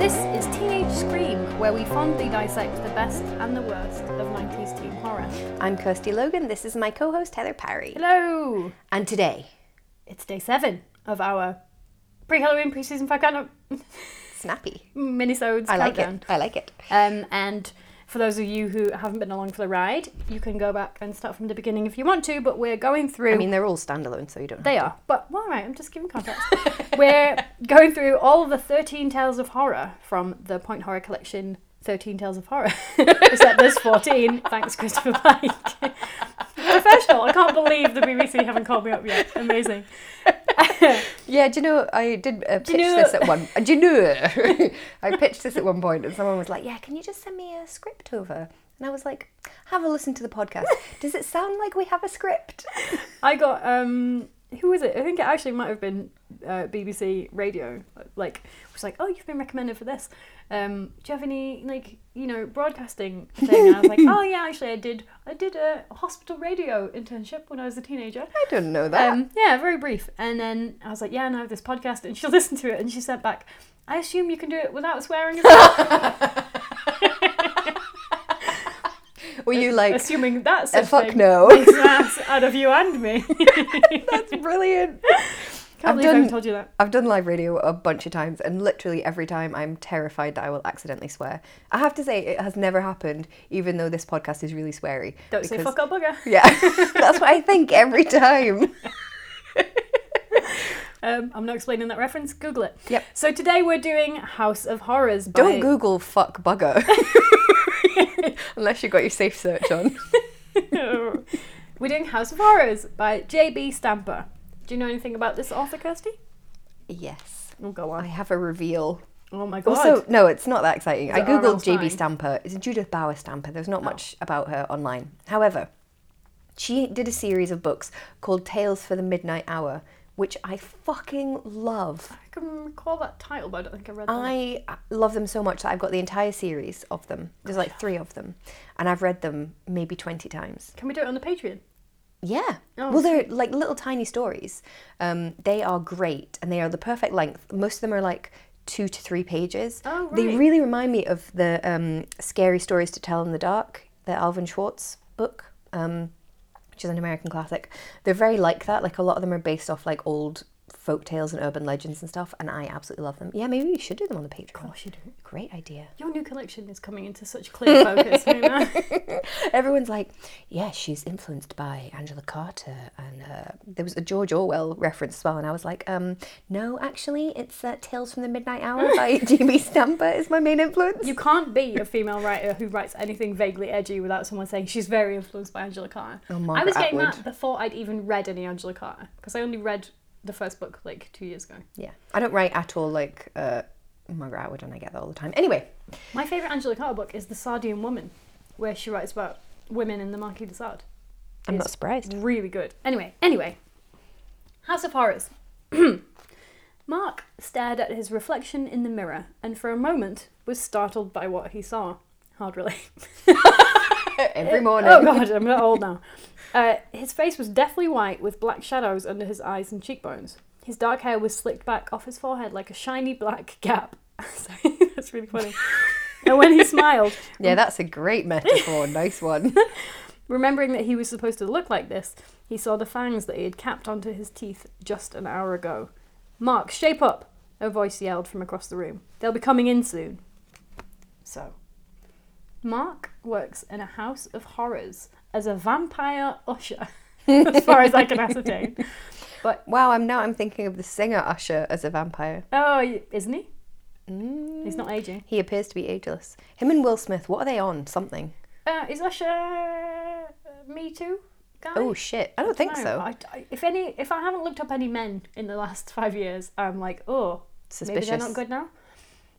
This is Teenage Scream, where we fondly dissect the best and the worst of 90s teen horror. I'm Kirsty Logan. This is my co host, Heather Parry. Hello! And today, It's day seven of our pre Halloween pre season 5 countdown Snappy. minisodes. I like countdown. it. I like it. Um, and for those of you who haven't been along for the ride, you can go back and start from the beginning if you want to, but we're going through. I mean, they're all standalone, so you don't. they are, but well, all right, I'm just giving context. We're going through all of the 13 tales of horror from the Point Horror Collection 13 Tales of Horror. Except there's 14. Thanks, Christopher Pike. Professional. I can't believe the BBC haven't called me up yet. Amazing. Yeah, do you know? I did uh, pitch know- this at one. uh, Do you know? I pitched this at one point, and someone was like, "Yeah, can you just send me a script over?" And I was like, "Have a listen to the podcast. Does it sound like we have a script?" I got um who was it? I think it actually might have been uh, BBC Radio. Like was like, oh, you've been recommended for this. Um, do you have any like you know broadcasting thing? And I was like, oh yeah, actually I did. I did a hospital radio internship when I was a teenager. I don't know that. Um, yeah, very brief. And then I was like, yeah, and I have this podcast, and she'll listen to it. And she sent back, I assume you can do it without swearing as well. Were you like, Assuming that's "Uh, a fuck thing. no? Makes an ass out of you and me. That's brilliant. Can't believe I done- haven't told you that. I've done live radio a bunch of times, and literally every time I'm terrified that I will accidentally swear. I have to say, it has never happened, even though this podcast is really sweary. Don't say fuck up bugger. Yeah, that's what I think every time. Um, I'm not explaining that reference. Google it. Yep. So today we're doing House of Horrors. By, Don't Google fuck bugger. Unless you've got your safe search on. Google. we're doing House of Horrors by J.B. Stamper. Do you know anything about this author, Kirsty? Yes. Oh, go I on. have a reveal. Oh my god. Also, no, it's not that exciting. it I R.L. googled Stein? JB Stamper. It's Judith Bauer Stamper. There's not much about her online. However, she did a series of books called Tales for the Midnight Hour, which I fucking love. I can recall that title, but I don't think I read that. I love them so much that I've got the entire series of them. There's like three of them, and I've read them maybe 20 times. Can we do it on the Patreon? Yeah. Oh, well, they're like little tiny stories. Um, they are great and they are the perfect length. Most of them are like two to three pages. Oh, They right. really remind me of the um, Scary Stories to Tell in the Dark, the Alvin Schwartz book, um, which is an American classic. They're very like that. Like a lot of them are based off like old folk tales and urban legends and stuff. And I absolutely love them. Yeah, maybe we should do them on the Patreon. you do. Great idea. Your new collection is coming into such clear focus. you know? Everyone's like, yeah, she's influenced by Angela Carter, and uh, there was a George Orwell reference as well, and I was like, um, no, actually, it's uh, Tales from the Midnight Hour by G.B. Stamper is my main influence. You can't be a female writer who writes anything vaguely edgy without someone saying she's very influenced by Angela Carter. Oh, I was Margaret getting Atwood. that before I'd even read any Angela Carter because I only read the first book like two years ago. yeah, I don't write at all like uh, Margaret Atwood, and I get that all the time. Anyway, My favourite Angela Carter book is The Sardian Woman, where she writes about women in the Marquis de Sade. I'm not It's surprised. Really good. Anyway, anyway. House of Horrors. Mark stared at his reflection in the mirror and for a moment was startled by what he saw. Hard relate. Every morning. Oh god, I'm not old now. Uh, his face was deathly white with black shadows under his eyes and cheekbones. His dark hair was slicked back off his forehead like a shiny black gap. Sorry, that's really funny. and when he smiled, Yeah, that's a great metaphor. nice one. Remembering that he was supposed to look like this, he saw the fangs that he had capped onto his teeth just an hour ago. Mark, shape up! A voice yelled from across the room. They'll be coming in soon. So, Mark works in a house of horrors as a vampire usher, as far as I can ascertain. Wow, I'm now I'm thinking of the singer Usher as a vampire. Oh, y- isn't he? Mm. He's not aging. He appears to be ageless. Him and Will Smith, what are they on? Something. Uh, is Usher uh, me too? Guy? Oh shit! I don't think No, so. I, I- if any, if I haven't looked up any men in the last five years, I'm like, oh, Suspicious. Maybe they're not good now.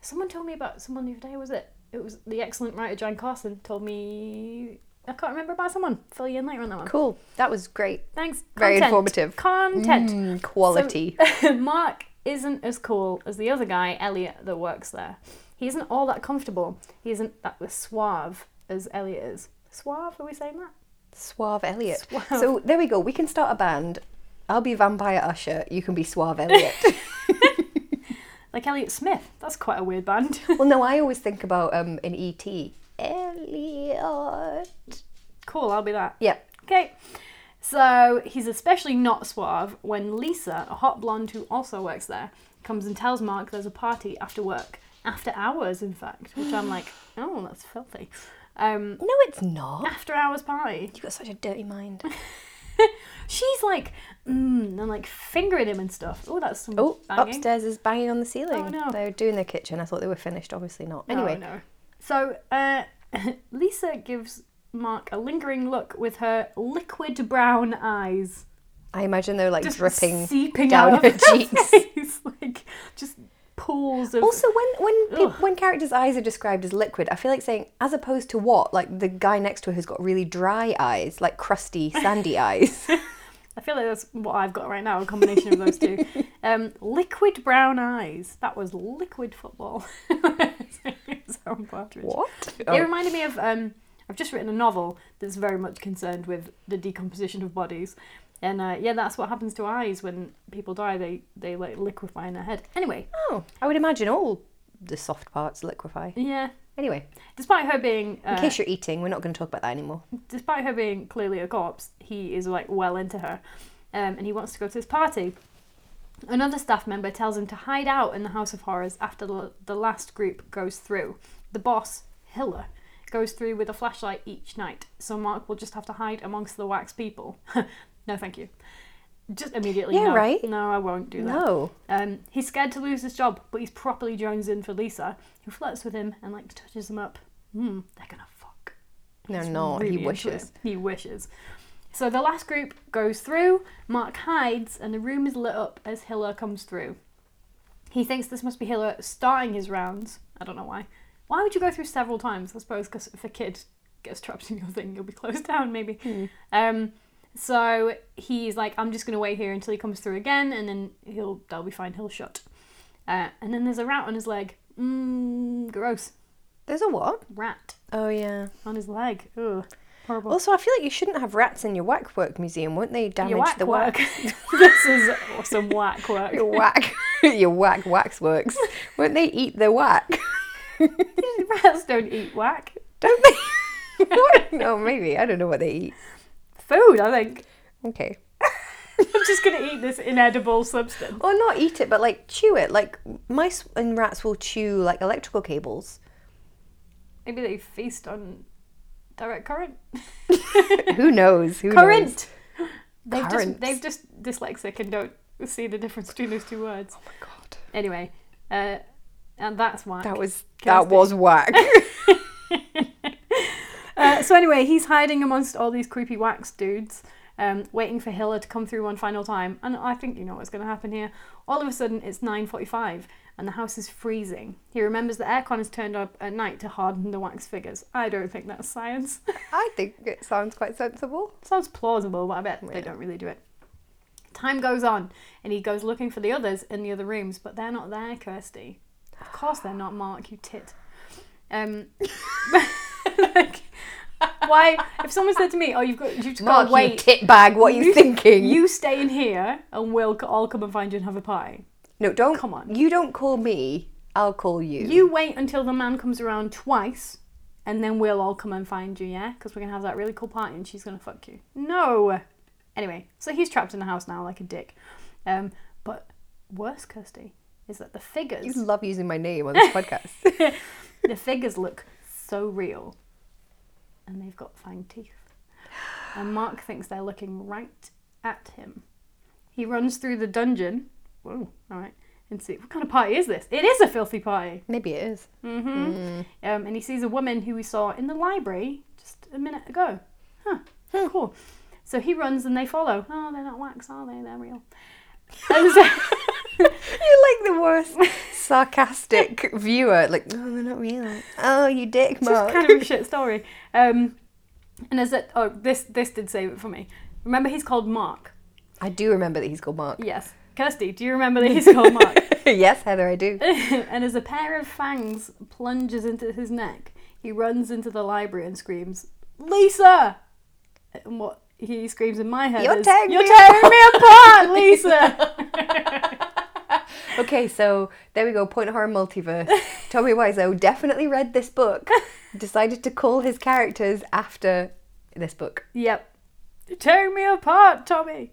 Someone told me about someone the other day. Was it? It was the excellent writer Jane Carson told me I can't remember about someone. Fill you in later on that one. Cool. That was great. Thanks. Very Content. informative. Content. Mm, quality. Mark isn't as cool as the other guy, Elliot, that works there. He isn't all that comfortable. He isn't that suave as Elliot is. Suave? Are we saying that? Suave Elliot. Suave. So there we go. We can start a band. I'll be Vampire Usher. You can be Suave Elliot. Like Elliot Smith. That's quite a weird band. well, no, I always think about um an ET. Elliot. cool, I'll be that. Yeah. Okay. So he's especially not suave when Lisa, a hot blonde who also works there, comes and tells Mark there's a party after work. After hours, in fact. Which I'm like, oh, that's filthy. Um, No, it's not. after hours party. You've got such a dirty mind. She's like, mm, and like fingering him and stuff. Oh, that's some Oh, banging. upstairs is banging on the ceiling. Oh, no. They were doing their kitchen. I thought they were finished. Obviously not. No, Anyway, Oh, no. So uh, Lisa gives Mark a lingering look with her liquid brown eyes, I imagine they're like just dripping seeping down out her of cheeks. face, like just pools of. Also, when when peop Ugh. when characters' eyes are described as liquid, I feel like saying as opposed to what? Like the guy next to her who's got really dry eyes, like crusty, sandy eyes. I feel like that's what I've got right now, a combination of those two. Um, liquid brown eyes. That was liquid football. Sound cartridge. What? Oh. It reminded me of um, I've just written a novel that's very much concerned with the decomposition of bodies, and uh, yeah, that's what happens to eyes when people die. They they like liquefy in their head. Anyway, Oh, I would imagine all the soft parts liquefy. yeah. Anyway, Despite her being in uh, case you're eating, we're not going to talk about that anymore. despite her being clearly a corpse, he is like well into her, um, and he wants to go to his party. Another staff member tells him to hide out in the House of Horrors after the, the last group goes through. The boss, Hiller, goes through with a flashlight each night, so Mark will just have to hide amongst the wax people. no, thank you. Just immediately. Yeah, no. right? No, I won't do that. No. Um, he's scared to lose his job, but he's properly jones in for Lisa, who flirts with him and like touches him up. Hmm, they're gonna fuck. No, He's no, really Oh, he into wishes. it. He wishes. So the last group goes through, Mark hides, and the room is lit up as Hiller comes through. He thinks this must be Hiller starting his rounds. I don't know why. Why would you go through several times? I suppose because if a kid gets trapped in your thing, you'll be closed down, maybe. Hmm. Um, so he's like, I'm just going to wait here until he comes through again, and then he'll that'll be fine. He'll shut. Uh, and then there's a rat on his leg. Mmm, gross. There's a what? Rat Oh yeah. on his leg. Ugh, horrible. Also, I feel like you shouldn't have rats in your whack work museum, wouldn't they? Damage your whack the work. wax. this is some whack work. Your whack. your whack waxworks. wouldn't they eat the whack? Rats don't eat whack. Don't they? what? No, maybe. I don't know what they eat. Food, I think. Okay. I'm just gonna eat this inedible substance. Or not eat it, but like chew it. Like mice and rats will chew like electrical cables. Maybe they feast on direct current. Who knows? Who knows? Current. They've just Currents. they've just dyslexic and don't see the difference between those two words. Oh my god. Anyway, uh, and that's why. That was that Kirsty. was whack. Uh, so anyway, he's hiding amongst all these creepy wax dudes, um, waiting for Hiller to come through one final time. And I think you know what's going to happen here. All of a sudden, it's 9:45, and the house is freezing. He remembers the aircon is turned up at night to harden the wax figures. I don't think that's science. I think it sounds quite sensible. Sounds plausible, but I bet they Yeah. don't really do it. Time goes on, and he goes looking for the others in the other rooms, but they're not there, Kirsty. Of course they're not, Mark, you tit. Um, like, why? If someone said to me, "Oh, you've got, you've just got Mark, to you wait," tit bag, what are you, You- thinking? you stay in here, and we'll c- all come and find you and have a pie. no, don't Come on. You don't call me. I'll call you. You wait until the man comes around twice, and then we'll all come and find you, yeah? Because we're gonna have that really cool party, and she's gonna fuck you. No. Anyway, so he's trapped in the house now like a dick. Um, but worse, Kirsty, is that the You figures, love using my name on this podcast. the figures look so real, and they've got fine teeth. And Mark thinks they're looking right at him. He runs through the dungeon. Whoa! All right. And see what kind of party is this? It is a filthy party. Maybe it is. hmm Um, and he sees a woman who we saw in the library just a minute ago. Huh. Cool. So he runs and they follow. Oh, they're not wax, are they? They're real. And so- You're like the worst sarcastic viewer. Like, oh, they're not real. Oh, you dick, Mark. just kind of a shit story. Um, And as it, oh, this this did save it for me. Remember, he's called Mark. I do remember that he's called Mark. Yes, Kirsty, do you remember that he's called Mark? yes, Heather, I do. and as a pair of fangs plunges into his neck, he runs into the library and screams, "Lisa!" And what he screams in my head You're is, tearing "You're me tearing me apart, Lisa!" Okay, so there we go. Point Horror Multiverse. Tommy Wiseau definitely read this book, decided to call his characters after this book. Yep. You're tearing me apart, Tommy.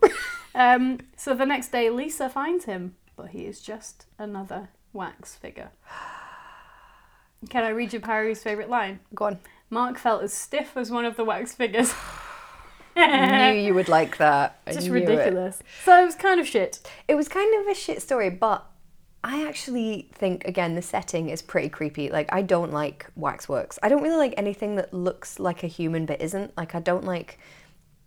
um, so the next day, Lisa finds him, but he is just another wax figure. Can I read you Parry's favourite line? Go on. Mark felt as stiff as one of the wax figures. I knew you would like that. I Just knew it. ridiculous. So it was kind of shit. It was kind of a shit story, but I actually think again the setting is pretty creepy. Like I don't like waxworks. I don't really like anything that looks like a human but isn't. Like I don't like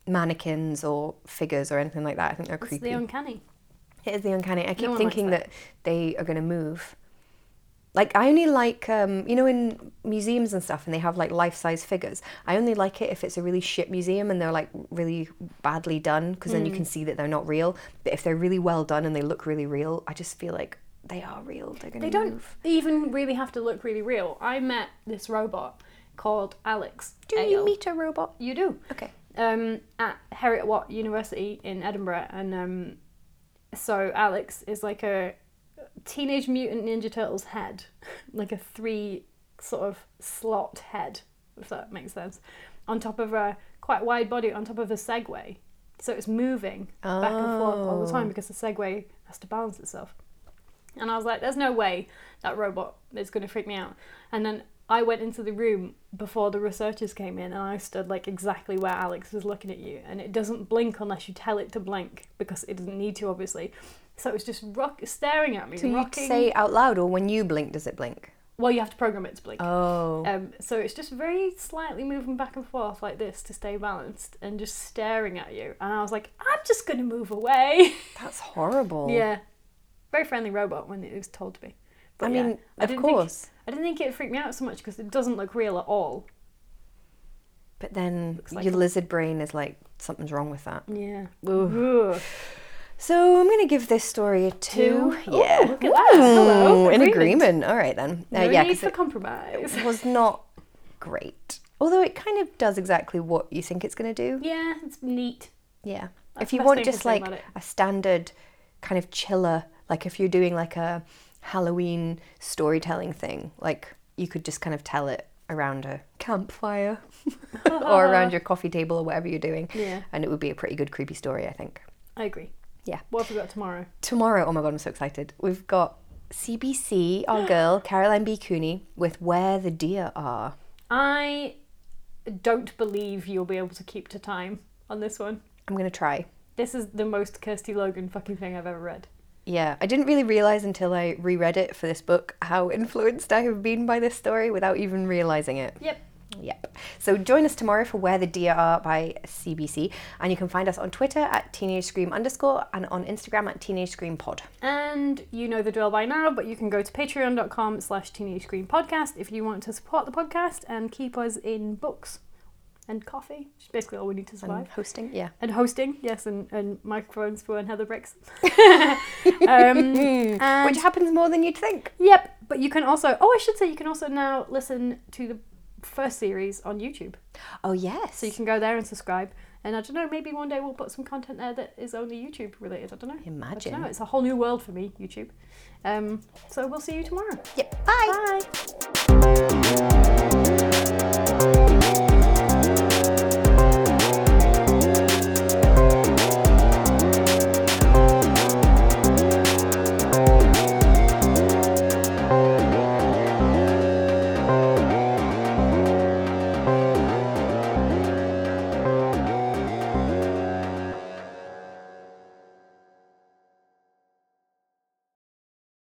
mannequins or figures or anything like that. I think they're It's the creepy. uncanny. It is the uncanny. I keep one likes thinking that. that. they are going to move. Like I only like um, you know in museums and stuff, and they have like life-size figures. I only like it if it's a really shit museum and they're like really badly done, because then you can see that they're not real. But if they're really well done and they look really real, I just feel like they are real. They're going They to don't move. even really have to look really real. I met this robot called Alex. Do you Ale. meet a robot? You do. Okay. um, at Heriot Watt University in Edinburgh, and um, so Alex is like a Teenage Mutant Ninja Turtles head, like a three sort of slot head, if that makes sense, on top of a quite wide body, on top of a Segway. So it's moving back and forth all the time because the Segway has to balance itself. And I was like, there's no way that robot is going to freak me out. And then I went into the room before the researchers came in and I stood like exactly where Alex was looking at you. And it doesn't blink unless you tell it to blink because it doesn't need to, obviously. So it was just rock- staring at me, Do you rocking. say out loud or when you blink? Does it blink? well, you have to program it to blink. Oh. Um, so it's just very slightly moving back and forth like this to stay balanced and just staring at you. And I was like, I'm just going to move away. That's horrible. Yeah. Very friendly robot when it was told to be. I mean, of didn't think- course. I didn't think it freaked me out so much because it doesn't look real at all. But then Looks like your a- lizard brain is like something's wrong with that. Yeah. So I'm going to give this story a two. Two? Ooh, look at that. Hello, Ooh, in agreement. agreement. All right then. Uh, No yeah, need 'cause for compromise. it was not great. Although it kind of does exactly what you think it's going to do. Yeah, it's neat. Yeah. That's if the you best want thing to just say like about it. a standard kind of chiller, like if you're doing like a Halloween storytelling thing, like you could just kind of tell it around a campfire or around your coffee table or whatever you're doing. Yeah. And it would be a pretty good creepy story, I think. I agree. Yeah. What have we got tomorrow? Tomorrow, oh my god, I'm so excited. We've got CBC, our girl, Caroline B. Cooney, with Where the Deer Are. I don't believe you'll be able to keep to time on this one. I'm gonna try. This is the most Kirsty Logan fucking thing I've ever read. Yeah, I didn't really realize until I reread it for this book how influenced I have been by this story without even realizing it. Yep. Yep. So join us tomorrow for Where the Deer Are by CBC, and you can find us on Twitter at teenage scream underscore and on Instagram at teenage scream pod. And you know the drill by now, but you can go to patreon.com slash teenage screen podcast if you want to support the podcast and keep us in books and coffee, which is basically all we need to And survive. hosting, yeah. And hosting, yes, and, and microphones for when Heather breaks. um, and- Which happens more than you'd think. yep, but you can also, oh, I should say, you can also now listen to the first series on YouTube. Oh yes. So you can go there and subscribe. And I don't know, maybe one day we'll put some content there that is only YouTube related. I don't know. I don't Imagine. know. It's a whole new world for me, YouTube. Um, so we'll see you tomorrow. Yep. Bye.